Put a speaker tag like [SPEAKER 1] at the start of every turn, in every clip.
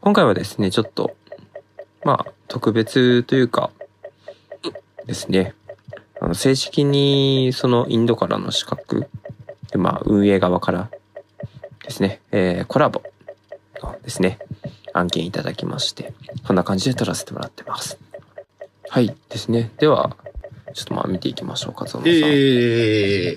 [SPEAKER 1] 今回はですね、ちょっと、まあ、特別というか、ですね、あの正式にそのインドからの資格、でまあ、運営側からですね、えーコラボのですね、案件いただきまして、こんな感じで撮らせてもらってます。はい、ですね。では、ちょっとまあ見ていきましょうか、ゾノさん。
[SPEAKER 2] ええ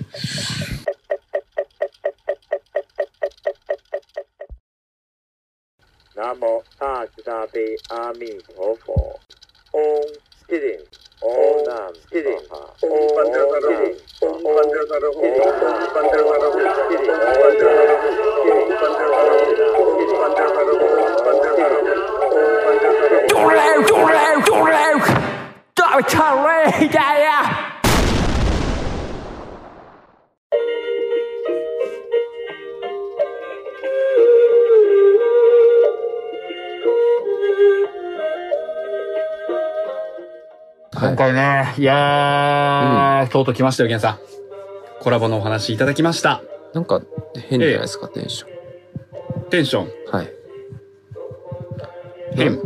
[SPEAKER 3] 南无大慈大悲阿弥陀佛。嗡七零，嗡南七零，嗡班德萨罗，嗡班德萨罗，嗡班德萨罗，七零，嗡班德萨罗，七零，班德萨罗，嗡班德萨罗，嗡班德萨罗，嗡班德萨罗。
[SPEAKER 4] 中雷中雷中雷，大长雷呀呀！
[SPEAKER 1] はい
[SPEAKER 2] 今回ね、いやー、とうとう来ましたよ、ゲンさん。コラボのお話いただきました。
[SPEAKER 1] なんか変じゃないですか、テンショ
[SPEAKER 2] テンショ
[SPEAKER 1] ン。
[SPEAKER 2] ン、
[SPEAKER 1] はい。
[SPEAKER 2] 変。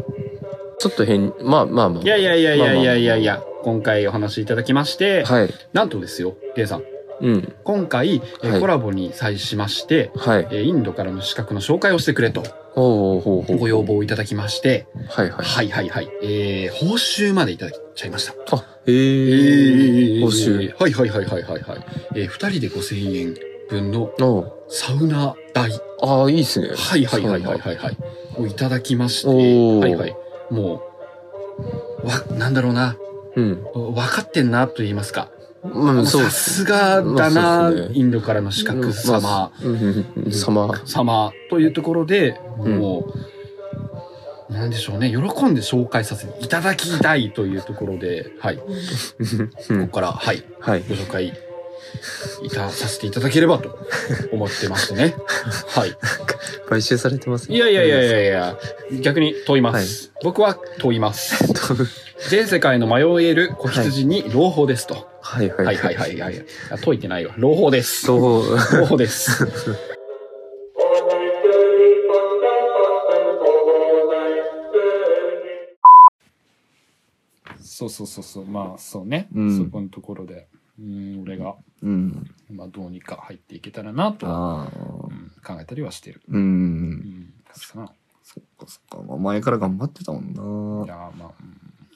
[SPEAKER 1] ちょっと変、まあまあまあ。
[SPEAKER 2] いやいやいやいやいやいやいや、今回お話いただきまして、
[SPEAKER 1] はい。
[SPEAKER 2] なんとですよ、ゲンさん。
[SPEAKER 1] うん。
[SPEAKER 2] 今回、えー
[SPEAKER 1] はい
[SPEAKER 2] コラボに際しまして、
[SPEAKER 1] はい。
[SPEAKER 2] えーインドからの資格の紹介をしてくれと
[SPEAKER 1] ほうほうほうほう。
[SPEAKER 2] ご要望をいただきまして、
[SPEAKER 1] はいはい。
[SPEAKER 2] はいはいはい、えー、報酬までいただきちゃいました。
[SPEAKER 1] あ、へ
[SPEAKER 2] え
[SPEAKER 1] えー。報酬。。
[SPEAKER 2] はいはいはいはいはいはい。えー、二人で5000円分の
[SPEAKER 1] おう
[SPEAKER 2] サウナ代。
[SPEAKER 1] ああ、いいっすね。
[SPEAKER 2] はいはいはいはいはいはい。をいただきまして、
[SPEAKER 1] おー
[SPEAKER 2] はいはい。もう、わ、なんだろうな、
[SPEAKER 1] うん。
[SPEAKER 2] 分かってんなと言いますか。
[SPEAKER 1] まあ、そうっ
[SPEAKER 2] さ
[SPEAKER 1] す。
[SPEAKER 2] すがだ
[SPEAKER 1] ま
[SPEAKER 2] な、
[SPEAKER 1] あそうっすね
[SPEAKER 2] インドからの資格様。
[SPEAKER 1] まあ。うんうんうん 様。
[SPEAKER 2] 様というところで、
[SPEAKER 1] ん
[SPEAKER 2] もう、なんでしょうね、喜んで紹介させていただきたいというところで、はい、こ
[SPEAKER 1] うん
[SPEAKER 2] こから、はい、
[SPEAKER 1] はい。
[SPEAKER 2] ご紹介いたさせていただければと思ってましてね。はい。
[SPEAKER 1] 買収されてます
[SPEAKER 2] いやいやいやいやいや、逆に問います。僕は問います。全世界の迷える子羊に朗報ですと。
[SPEAKER 1] はいはい
[SPEAKER 2] はいはいはいはい。いや解いてないわ。朗報です。
[SPEAKER 1] そう。
[SPEAKER 2] 朗報です。
[SPEAKER 5] そうそうそうそうまあそうね、
[SPEAKER 6] うん
[SPEAKER 5] そこのところでうん俺が、
[SPEAKER 6] うん。
[SPEAKER 5] まあ、どうにか入っていけたらなと、
[SPEAKER 6] ああ。
[SPEAKER 5] うん考えたりはしてる、
[SPEAKER 6] う。
[SPEAKER 5] うんん、さあ
[SPEAKER 6] そっかそっか。まあ、前から頑張ってたもん
[SPEAKER 5] い
[SPEAKER 6] な。
[SPEAKER 5] やーまあ、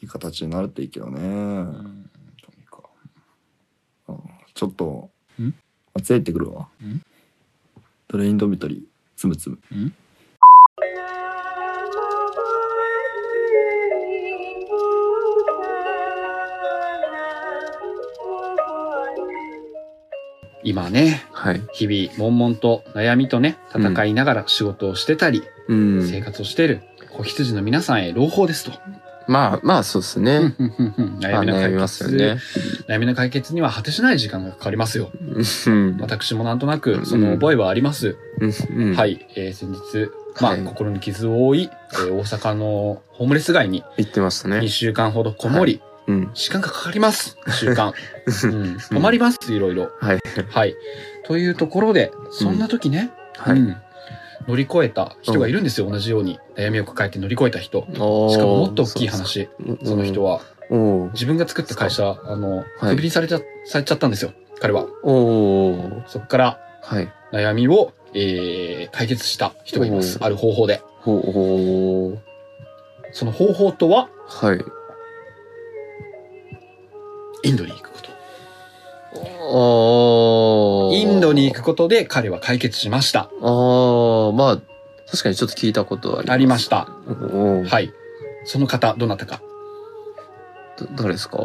[SPEAKER 6] いい形になるといいけどね。
[SPEAKER 5] うんうん、とにか
[SPEAKER 6] ちょっと
[SPEAKER 5] ん、
[SPEAKER 6] あつや行ってくるわ
[SPEAKER 5] ん。
[SPEAKER 6] トレインドビトリ、つむつむ。
[SPEAKER 2] 今ね、
[SPEAKER 1] はい。
[SPEAKER 2] 日々悶々と悩みとね戦いながら仕事をしてたり、
[SPEAKER 1] うん
[SPEAKER 2] 生。活をしている子羊の皆さんへ朗報ですと、
[SPEAKER 1] まあまあ、そうっす
[SPEAKER 2] う
[SPEAKER 1] ね
[SPEAKER 2] ん。うんうんうん
[SPEAKER 1] ま
[SPEAKER 2] 悩
[SPEAKER 1] あ
[SPEAKER 2] みの
[SPEAKER 1] 悩
[SPEAKER 2] 解
[SPEAKER 1] みますよね
[SPEAKER 2] 決。悩みの解決には果てしない時間がかかりますよ
[SPEAKER 1] うん。
[SPEAKER 2] 私もなんとなくその覚えはあります、
[SPEAKER 1] うん。
[SPEAKER 2] はいい、えー先日まあ、
[SPEAKER 1] はい
[SPEAKER 2] 心に傷を負い、えー大阪のホームレス街に
[SPEAKER 1] 言ってました
[SPEAKER 2] 2
[SPEAKER 1] ね。
[SPEAKER 2] 週間ほどこもり、
[SPEAKER 1] うん。
[SPEAKER 2] 時間がかかります。2週 間。うん。止まります、いろいろ。
[SPEAKER 1] はい。
[SPEAKER 2] はい。というところで、そんな時ね、
[SPEAKER 1] は
[SPEAKER 2] う
[SPEAKER 1] い。
[SPEAKER 2] ん、乗り越えた人がいるんですよ、同じように悩みを抱えて乗り越えた人
[SPEAKER 1] しかも
[SPEAKER 2] しかももっと大きい話その人
[SPEAKER 1] は。
[SPEAKER 2] は
[SPEAKER 1] おー
[SPEAKER 2] 自分が作った会社あの
[SPEAKER 1] はい
[SPEAKER 2] クビにされちゃ,、されちゃったんですよ彼は
[SPEAKER 1] おー
[SPEAKER 2] そこから
[SPEAKER 1] はい。
[SPEAKER 2] 悩みを、えー解決した人がいます
[SPEAKER 1] うん
[SPEAKER 2] ある方法で
[SPEAKER 1] ほうほ
[SPEAKER 2] その方法とは
[SPEAKER 1] う。はい。
[SPEAKER 2] インドに行くこと
[SPEAKER 1] ああ。
[SPEAKER 2] インドに行くことで彼は解決しました
[SPEAKER 1] ああ、まあ、確かにちょっと聞いたことは
[SPEAKER 2] ありま
[SPEAKER 1] し
[SPEAKER 2] した
[SPEAKER 1] た。おー
[SPEAKER 2] はいその方どなたか
[SPEAKER 1] ど誰ですか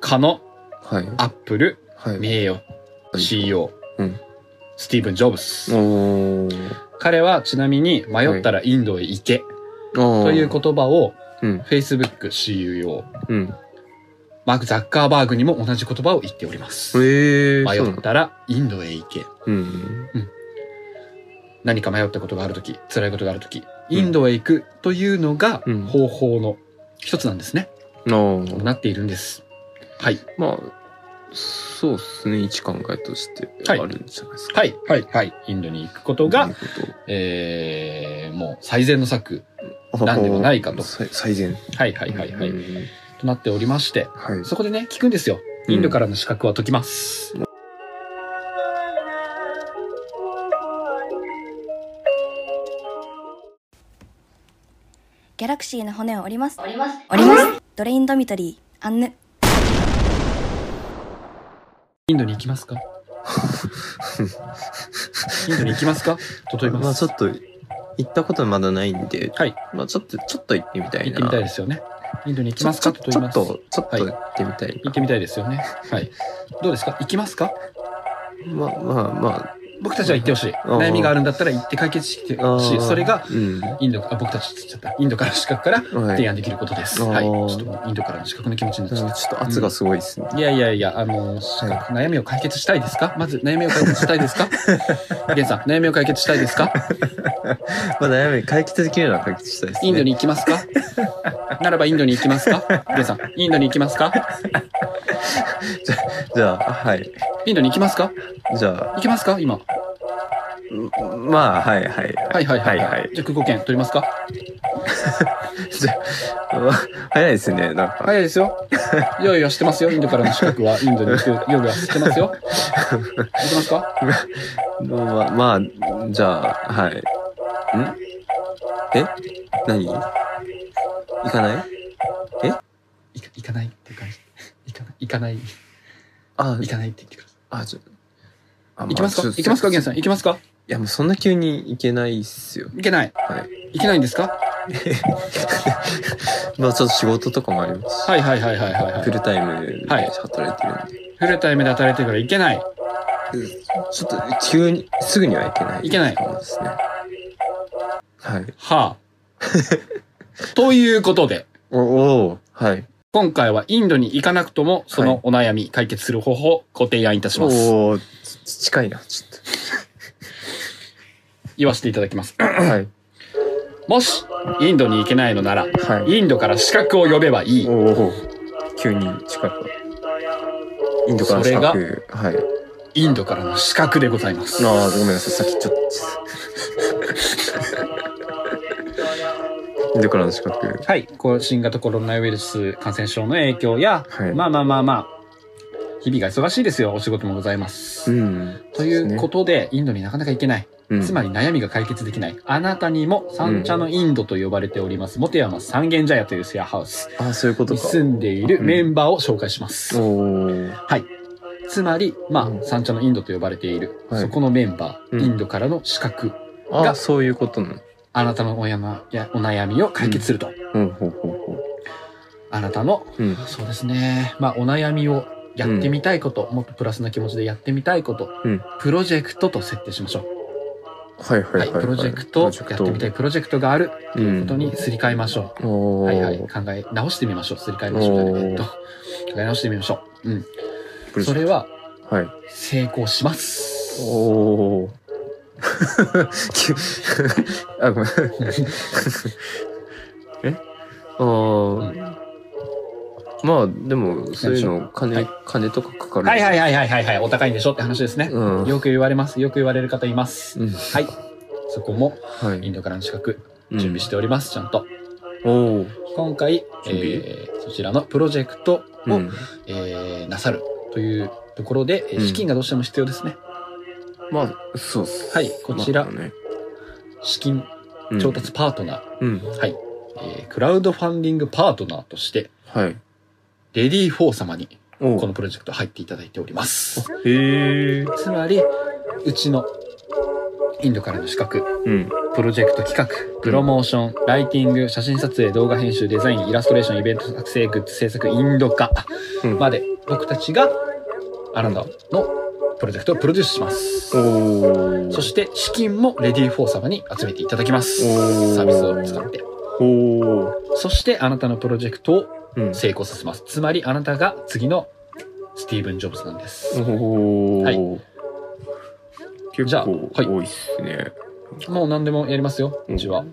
[SPEAKER 2] かの
[SPEAKER 1] はい。
[SPEAKER 2] アップル
[SPEAKER 1] はい。
[SPEAKER 2] 名誉 CEO、
[SPEAKER 1] うん
[SPEAKER 2] スティーブン・ジョブス、
[SPEAKER 1] お
[SPEAKER 2] 彼はちなみに迷ったらインドへ行けと
[SPEAKER 1] と
[SPEAKER 2] いう言葉を
[SPEAKER 1] うん。
[SPEAKER 2] Facebook CEO
[SPEAKER 1] うん。
[SPEAKER 2] マーク・ザッカーバーグにも同じ言葉を言っております。
[SPEAKER 1] ええー、
[SPEAKER 2] 迷
[SPEAKER 1] そうな
[SPEAKER 2] っ
[SPEAKER 1] んだ。
[SPEAKER 2] たらインドへ行け。
[SPEAKER 1] うん。
[SPEAKER 2] 何か迷ったことがあるとき、辛いことがあるとき、インドへ行くというのが
[SPEAKER 1] うん
[SPEAKER 2] 方法の一つなんですね。
[SPEAKER 1] おー
[SPEAKER 2] なっているんです。はい。
[SPEAKER 1] まあ、そうですね。一考えとしてあ
[SPEAKER 2] はい
[SPEAKER 1] るんじゃないですか。
[SPEAKER 2] はい。はい。はい。インドに行くこと
[SPEAKER 1] とい
[SPEAKER 2] が、
[SPEAKER 1] うこと
[SPEAKER 2] えー、もう最善の策。
[SPEAKER 1] あ
[SPEAKER 2] なんでもないかと
[SPEAKER 1] 最最善。
[SPEAKER 2] はいはいはいはい。
[SPEAKER 1] うん
[SPEAKER 2] となっておりまして、
[SPEAKER 1] はい。
[SPEAKER 2] そこでね、聞くんですよ。インドからの資格は解きます。
[SPEAKER 7] ギャラクシーの骨を折ります。折ります。折ります。ドレインドミトリー、アンヌ。
[SPEAKER 2] インドに行きますかインドに行きますかと問います。
[SPEAKER 1] まあちょっと、行ったことまだないんで、
[SPEAKER 2] はい。
[SPEAKER 1] まあちょっと、ちょっと行ってみたい
[SPEAKER 2] 行
[SPEAKER 1] な。
[SPEAKER 2] ってみたいですよね。インドに行きますかと問
[SPEAKER 1] ち
[SPEAKER 2] い
[SPEAKER 1] ょ
[SPEAKER 2] ま
[SPEAKER 1] っ
[SPEAKER 2] す。
[SPEAKER 1] と、ちょっとちょっ
[SPEAKER 2] は
[SPEAKER 1] と
[SPEAKER 2] い
[SPEAKER 1] 行ってみたい
[SPEAKER 2] 行ってみたいですよね。はい。どうですか行きますか
[SPEAKER 1] な。まあまあま
[SPEAKER 2] 僕たちは行ってほしい。
[SPEAKER 1] ん
[SPEAKER 2] 悩みがあるんだったら行って解決して
[SPEAKER 1] あ
[SPEAKER 2] ほ
[SPEAKER 1] あ
[SPEAKER 2] しい。
[SPEAKER 1] ー。
[SPEAKER 2] それが、
[SPEAKER 1] うん。
[SPEAKER 2] インド、あ、僕たちって言っちゃった。インドからの資格から
[SPEAKER 1] はい
[SPEAKER 2] 提案できることです。
[SPEAKER 1] あー
[SPEAKER 2] はい。ちょっともうインドからの資格の気持ちになっちゃっ
[SPEAKER 1] ちょっと圧がすごいですね。
[SPEAKER 2] た。いやいやいや、あの、資格悩みを解決したいですかまず悩みを解決したいで すかゲンさん、悩みを解決したいですか
[SPEAKER 1] まあ悩み、解決できるのは解決したいですね。
[SPEAKER 2] インドに行きますかならばインドに行きますかゲンさん、インドに行きますか
[SPEAKER 1] じゃあ、はい。
[SPEAKER 2] インドに行きますか
[SPEAKER 1] じゃあ、
[SPEAKER 2] 行きますか今。
[SPEAKER 1] うんまあ、はいはい。
[SPEAKER 2] はいはいはい。
[SPEAKER 1] はい
[SPEAKER 2] は
[SPEAKER 1] はいい、
[SPEAKER 2] じゃあ空港券取りますか
[SPEAKER 1] じゃあ、うわ早いですね、なんか。
[SPEAKER 2] 早いですよ。いやいや、知ってますよ。インドからの資格は、インドに行く 夜は知ってますよ。行きますか
[SPEAKER 1] まあ、まあ、じゃあ、はい。んえ何行かない
[SPEAKER 2] いか行かないっていう感じ。行かない、行かない、
[SPEAKER 1] あ
[SPEAKER 2] 行、かないって言ってください。
[SPEAKER 1] あ、ちょ、あ
[SPEAKER 2] 行きますか
[SPEAKER 1] ちょ
[SPEAKER 2] 行きます
[SPEAKER 1] ち
[SPEAKER 2] か
[SPEAKER 1] ょ
[SPEAKER 2] ゲンさん。行きますか
[SPEAKER 1] いや、もうそんな急に行けないっすよ。
[SPEAKER 2] 行けない。
[SPEAKER 1] はい。
[SPEAKER 2] 行けないんですか
[SPEAKER 1] まあ、ちょっと仕事とかもありますし、
[SPEAKER 2] はいはいはいはいはいは
[SPEAKER 1] フ
[SPEAKER 2] い。
[SPEAKER 1] ルタイムで
[SPEAKER 2] はい
[SPEAKER 1] 働いてるんで、
[SPEAKER 2] フルタイムで働いてるから行けない。
[SPEAKER 1] ちょっと急に、すぐには行けない。
[SPEAKER 2] 行けない
[SPEAKER 1] そうですね。はい。
[SPEAKER 2] はあ。ということで、
[SPEAKER 1] お、おーはい。
[SPEAKER 2] 今回はインドに行かなくとも、そのお悩み解決する方法をご提案いたします。
[SPEAKER 1] おーち近いな、ちょ
[SPEAKER 2] 言わせていただきます。
[SPEAKER 1] っと。はい。
[SPEAKER 2] もし、インドに行けないのなら、
[SPEAKER 1] はい。
[SPEAKER 2] インドから資格を呼べばいい。
[SPEAKER 1] おお急に近く。インドから近く。はい。
[SPEAKER 2] インドからの資格でございます。
[SPEAKER 1] ああ、ごめんなさい。さっきちょっ と。インドからの近く。
[SPEAKER 2] はい、こう新型コロナウイルス感染症の影響や、
[SPEAKER 1] はい
[SPEAKER 2] まあまあまあまあ、日々が忙しいですよ、お仕事もございます。
[SPEAKER 1] うん。
[SPEAKER 2] ということで、インドになかなか行けない。
[SPEAKER 1] と
[SPEAKER 2] つま
[SPEAKER 1] り、
[SPEAKER 2] り悩みが解決できない。あなたにも三茶のインドと呼ばれております、元山三軒茶屋というシェアハウス
[SPEAKER 1] ああ、そういうこと
[SPEAKER 2] に
[SPEAKER 1] か。
[SPEAKER 2] 住んでいるメンバーを紹介します。
[SPEAKER 1] おお。
[SPEAKER 2] つまり、ま
[SPEAKER 1] う
[SPEAKER 2] あ、
[SPEAKER 1] ん
[SPEAKER 2] 三茶のインドと呼ばれている、
[SPEAKER 1] はい
[SPEAKER 2] そこのメンバ
[SPEAKER 1] う
[SPEAKER 2] ー、
[SPEAKER 1] ん
[SPEAKER 2] インドからの資格、
[SPEAKER 1] あ
[SPEAKER 2] が
[SPEAKER 1] あ、そういうことなの。
[SPEAKER 2] あなたのお山やお悩みを解決すると。
[SPEAKER 1] うん、ほうほうほ
[SPEAKER 2] あなたの
[SPEAKER 1] う。うん。
[SPEAKER 2] そうですね。まあ、お悩みをやってみたいこと、もっとプラスな気持ちでやってみたいこと、
[SPEAKER 1] うん
[SPEAKER 2] プロジェクトと設定しましょう。
[SPEAKER 1] はいはい
[SPEAKER 2] は、
[SPEAKER 1] はいいはい。
[SPEAKER 2] プロジェクト、やってみたいプロジェクトがある
[SPEAKER 1] とい
[SPEAKER 2] こと。にすり替えましょ
[SPEAKER 1] お
[SPEAKER 2] う。
[SPEAKER 1] お。
[SPEAKER 2] はいはい、考え直してみましょう。すり替えましょうじゃない。
[SPEAKER 1] おー
[SPEAKER 2] えっと、考え直してみましょう。うん。
[SPEAKER 1] プロジ
[SPEAKER 2] そ
[SPEAKER 1] ェク
[SPEAKER 2] れは
[SPEAKER 1] ト。はい。
[SPEAKER 2] 成功します。
[SPEAKER 1] おお。急 あ、ごめん。えああ。まあ、でも、そういうの、金、
[SPEAKER 2] はい
[SPEAKER 1] 金とかかかる。。
[SPEAKER 2] はいはいいはいはいはいはい、お高いんでしょって話ですね。
[SPEAKER 1] うん。
[SPEAKER 2] よく言われます。よく言われる方います。
[SPEAKER 1] うん。
[SPEAKER 2] はい。そこも
[SPEAKER 1] は
[SPEAKER 2] イン
[SPEAKER 1] い。
[SPEAKER 2] ドからの資格準備しております、ちゃんと。
[SPEAKER 1] うん。おお。
[SPEAKER 2] 今回、え
[SPEAKER 1] 準備
[SPEAKER 2] ーそちらのプロジェクトを、
[SPEAKER 1] うん。
[SPEAKER 2] えーなさるというところで、えー
[SPEAKER 1] うん
[SPEAKER 2] 資金がどうしても必要ですね。
[SPEAKER 1] まあ、そうっす。
[SPEAKER 2] はいこちら
[SPEAKER 1] まあね
[SPEAKER 2] 資金
[SPEAKER 1] うん
[SPEAKER 2] 調達パートナー、
[SPEAKER 1] うん。
[SPEAKER 2] はい、えークラウドファンディングパートナーとして、
[SPEAKER 1] はい。
[SPEAKER 2] レディー4様に
[SPEAKER 1] お
[SPEAKER 2] こ
[SPEAKER 1] お
[SPEAKER 2] の。プロジェクト入っていただいております。
[SPEAKER 1] へえ。
[SPEAKER 2] つまり、うちのインドからの資格、
[SPEAKER 1] うん。
[SPEAKER 2] プロジェクト企画、プロモーション、ライティング、写真撮影、動画編集、デザイン、イラストレーション、イベント作成、グッズ制作、インド化
[SPEAKER 1] うん
[SPEAKER 2] まで、僕たちがあなたのプロジェクトをプロデュースします。
[SPEAKER 1] おお。
[SPEAKER 2] そして資金もレディーフォー様に集めていただきます。
[SPEAKER 1] おー
[SPEAKER 2] サービスを使って。
[SPEAKER 1] おお。
[SPEAKER 2] そしてあなたのプロジェクトを
[SPEAKER 1] うん。
[SPEAKER 2] 成功させます。つまりあなたが次のスティーブン・ジョブズなんです。
[SPEAKER 1] おお。
[SPEAKER 2] はい。じ
[SPEAKER 1] 結
[SPEAKER 2] ゃあ
[SPEAKER 1] 構
[SPEAKER 2] はい
[SPEAKER 1] 多いっすね。
[SPEAKER 2] もう何でもやりますよ、
[SPEAKER 1] うん
[SPEAKER 2] うちは。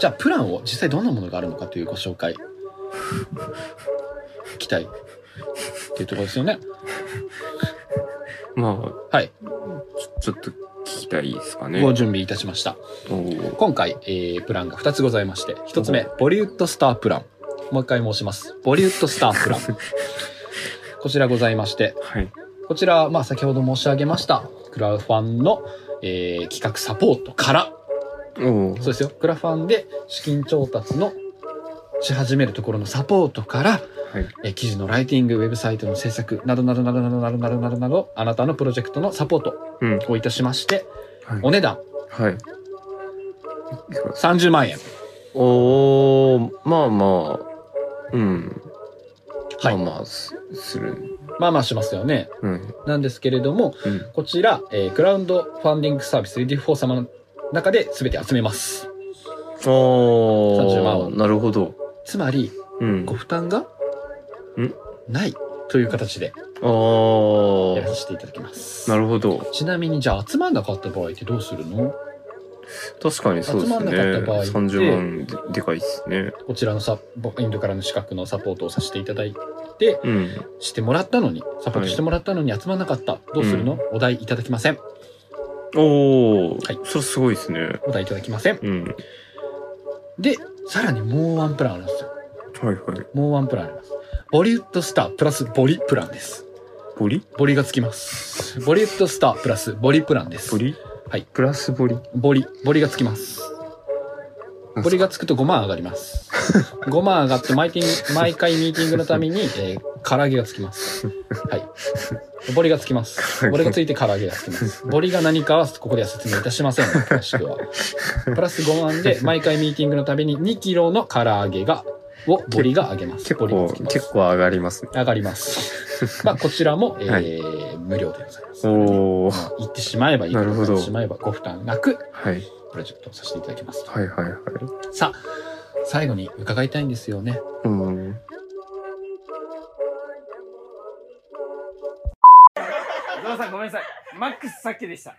[SPEAKER 2] じゃあプランを実際どんなものがあるのかというご紹介期待。っていうところですよね。
[SPEAKER 1] まあ、
[SPEAKER 2] はい。
[SPEAKER 1] ちょちょっと聞きたいですかね。
[SPEAKER 2] ご準備いたしました。
[SPEAKER 1] おー
[SPEAKER 2] 今回、えープランが2つございまして、1つ目、ボリウッドスタープラン。もう一回申します。ボリウッドスタープ ラン。こちらございまして、
[SPEAKER 1] はい。
[SPEAKER 2] こちら、まあ、先ほど申し上げました、クラファンの、えー企画サポートから、
[SPEAKER 1] おー
[SPEAKER 2] そうですよ、クラファンで資金調達のし始めるところのサポートから、
[SPEAKER 1] はい
[SPEAKER 2] えー記事のライティング、ウェブサイトの制作などなどなどなどなどなどなどなど、あなたのプロジェクトのサポート
[SPEAKER 1] うん。
[SPEAKER 2] をいたしまして、
[SPEAKER 1] はい
[SPEAKER 2] お値段
[SPEAKER 1] はい。
[SPEAKER 2] 30万円。
[SPEAKER 1] おー、まあまあ、うん。
[SPEAKER 2] はい
[SPEAKER 1] まあまあ、すする。
[SPEAKER 2] まあまあしますよね。
[SPEAKER 1] うん。
[SPEAKER 2] なんですけれども、
[SPEAKER 1] うん
[SPEAKER 2] こちら、えークラウドファンディングサービス 3D4 様の中で全て集めます。
[SPEAKER 1] おー、
[SPEAKER 2] 30万
[SPEAKER 1] なるほど。
[SPEAKER 2] つまり、
[SPEAKER 1] うん
[SPEAKER 2] ご。負担が
[SPEAKER 1] うん
[SPEAKER 2] ないという形で
[SPEAKER 1] お
[SPEAKER 2] やら
[SPEAKER 1] ー、
[SPEAKER 2] せていただきます。
[SPEAKER 1] なるほど。
[SPEAKER 2] ちなみに、じゃあ集まんなかった場合ってどうするの
[SPEAKER 1] 確かにそうです
[SPEAKER 2] 集ま
[SPEAKER 1] ね。
[SPEAKER 2] んなかった場合って
[SPEAKER 1] 30万ででかいですね。
[SPEAKER 2] こちらのサポインドからの資格のサポートをさせていただいて、
[SPEAKER 1] うん。
[SPEAKER 2] してもらったのに、サポートしてもらったのに集まんなかった。どうするの、お題いただきません。
[SPEAKER 1] おー、
[SPEAKER 2] はい
[SPEAKER 1] それすごいですね。
[SPEAKER 2] お題いただきません。
[SPEAKER 1] うん。は
[SPEAKER 2] で、さらにもうワンプランあるんですよ。
[SPEAKER 1] いはい。
[SPEAKER 2] もうワンプランあります。ボリウッドスタープラスボリプランです。
[SPEAKER 1] ボリ
[SPEAKER 2] ボリがつきます。ボリウッドスタープラスボリプランです。
[SPEAKER 1] ボリ
[SPEAKER 2] はい。
[SPEAKER 1] プラスボリ
[SPEAKER 2] ボリ、ボリがつきます。ボリがつくと5万上がります。5万上がって毎ティン毎回ミーティングのために、えー、唐揚げがつきます。はい。ボリがつきます。ボリがついて唐揚げがつきます。ボリが何かはここでは説明いたしません。詳しくは。プラス5万で毎回ミーティングのために2キロの唐揚げが、をボリが上げます。
[SPEAKER 1] 結
[SPEAKER 2] ボリが
[SPEAKER 1] 構
[SPEAKER 2] つき、ます
[SPEAKER 1] 結構上がりますね。
[SPEAKER 2] 上がります。まあ、こちらも、えー
[SPEAKER 1] は
[SPEAKER 2] 無料でございます。
[SPEAKER 1] おー。
[SPEAKER 2] 行ってしまえばいい
[SPEAKER 1] なるほど
[SPEAKER 2] 行ってしまえばご負担なく
[SPEAKER 1] はい。
[SPEAKER 2] プロジェクトをさせていただきますと。
[SPEAKER 1] はいはいはい。
[SPEAKER 2] さあ、最後に伺いたいんですよね。
[SPEAKER 1] うん。
[SPEAKER 8] 小沢さんごめんなさい。マックスさっきでした。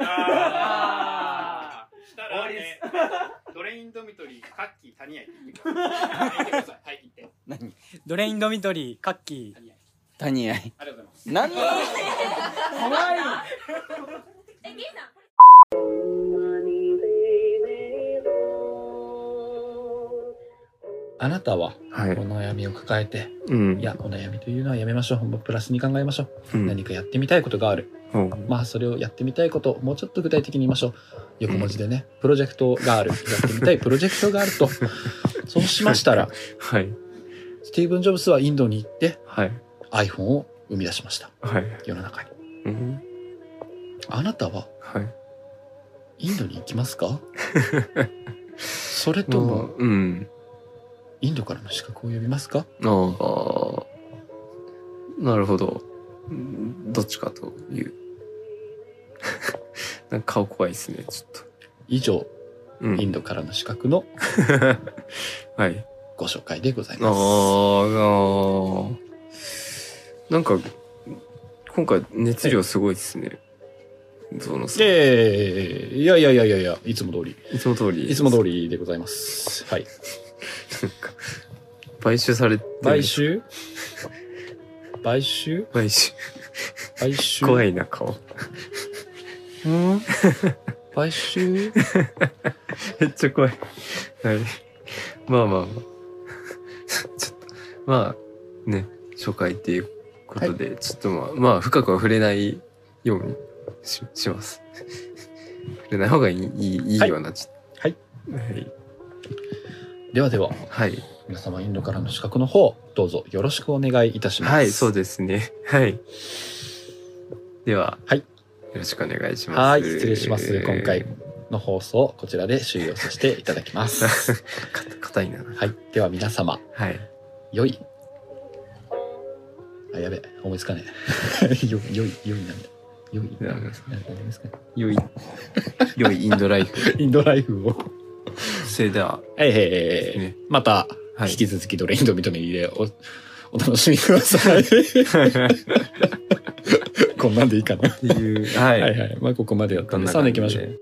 [SPEAKER 9] あーしたら、
[SPEAKER 8] 終わ
[SPEAKER 9] ね、ドレインドミトリー、カッキー、谷合って言ってください。はい、言ってください。はい、言って。
[SPEAKER 8] ドレインドミトリー、カッキ
[SPEAKER 9] 谷合。
[SPEAKER 8] ー。谷合。
[SPEAKER 9] ありがとうございます。
[SPEAKER 8] 何怖い
[SPEAKER 2] あなたは
[SPEAKER 1] は
[SPEAKER 2] お
[SPEAKER 1] い。
[SPEAKER 2] 悩みを抱えて、
[SPEAKER 1] うん。
[SPEAKER 2] いや、お悩みというのはやめましょう。ほんまプラスに考えましょ
[SPEAKER 1] う
[SPEAKER 2] う。
[SPEAKER 1] ん、
[SPEAKER 2] 何かやってみたいことがある。
[SPEAKER 1] うん
[SPEAKER 2] まあ、それをやってみたいこと、もうちょっと具体的に言いましょう。横文字でね、プロジェクトがある。やってみたいプロジェクトがある と。そうしましたら、
[SPEAKER 1] はい。
[SPEAKER 2] スティーブン・ジョブスはインドに行って
[SPEAKER 1] はい。
[SPEAKER 2] iPhone を生み出しました。
[SPEAKER 1] はい。
[SPEAKER 2] 世の中に。
[SPEAKER 1] うん。
[SPEAKER 2] あなたは
[SPEAKER 1] はい。
[SPEAKER 2] インドに行きます かそれとも
[SPEAKER 1] うん。
[SPEAKER 2] インドからの資格を呼びますか
[SPEAKER 1] ああ。なるほど。うんどっちかという。 なんか顔怖いですね、ちょっ
[SPEAKER 2] 以上、
[SPEAKER 1] と。うん
[SPEAKER 2] インドからの資格の
[SPEAKER 1] はい。
[SPEAKER 2] ご紹介でござい
[SPEAKER 1] ああ、あ
[SPEAKER 2] ます。
[SPEAKER 1] ーなんか、今回熱量すごいですね。ゾノさん。い
[SPEAKER 2] ええいやいやいやいやいや、いつも通り。
[SPEAKER 1] つも通り。
[SPEAKER 2] いつも通りでございます。はい。
[SPEAKER 1] なんか買収されてる
[SPEAKER 2] 買。収買収
[SPEAKER 1] 買収。
[SPEAKER 2] 買収
[SPEAKER 1] 怖いな、顔。
[SPEAKER 2] うん買収
[SPEAKER 1] めっちゃ怖い。はい。まあまあま あ。ちょっと、まあ、ね、初回っていうことで、ちょっとまあ、まあ、深くは触れないようにしします。触れない方がいい、いいいい
[SPEAKER 2] はい
[SPEAKER 1] ような、ちょっと
[SPEAKER 2] はい。
[SPEAKER 1] はい。
[SPEAKER 2] ではでは、
[SPEAKER 1] はい。
[SPEAKER 2] 皆様インドからの資格の方、どうぞよろしくお願いいたします。
[SPEAKER 1] はい、そう
[SPEAKER 2] で
[SPEAKER 1] ですね。はい。では、
[SPEAKER 2] はい
[SPEAKER 1] よろしくお願いします。
[SPEAKER 2] はい、失礼します。今回。の放送、こちらで終了させていただきます。
[SPEAKER 1] か硬いな。
[SPEAKER 2] はい。では皆様、
[SPEAKER 1] はい。
[SPEAKER 2] 良い。あ、やべ、思いつかねえ。 よ、良い、良いなんだ。良い。
[SPEAKER 1] や
[SPEAKER 2] な
[SPEAKER 1] わかり
[SPEAKER 2] ん
[SPEAKER 1] ま
[SPEAKER 2] か
[SPEAKER 1] した
[SPEAKER 2] ありますかね
[SPEAKER 1] 良い、 良いインドライフ。
[SPEAKER 2] インドライフを。
[SPEAKER 1] それで は、
[SPEAKER 2] ええ
[SPEAKER 1] ね
[SPEAKER 2] また、
[SPEAKER 1] はい
[SPEAKER 2] 引き続きドレインドミトミでお、お楽しみください。こんなんでいいかな。
[SPEAKER 1] っていう、は。
[SPEAKER 2] はい いはい。まあ、ここまでだったんで、さあ行きましょう。
[SPEAKER 1] う。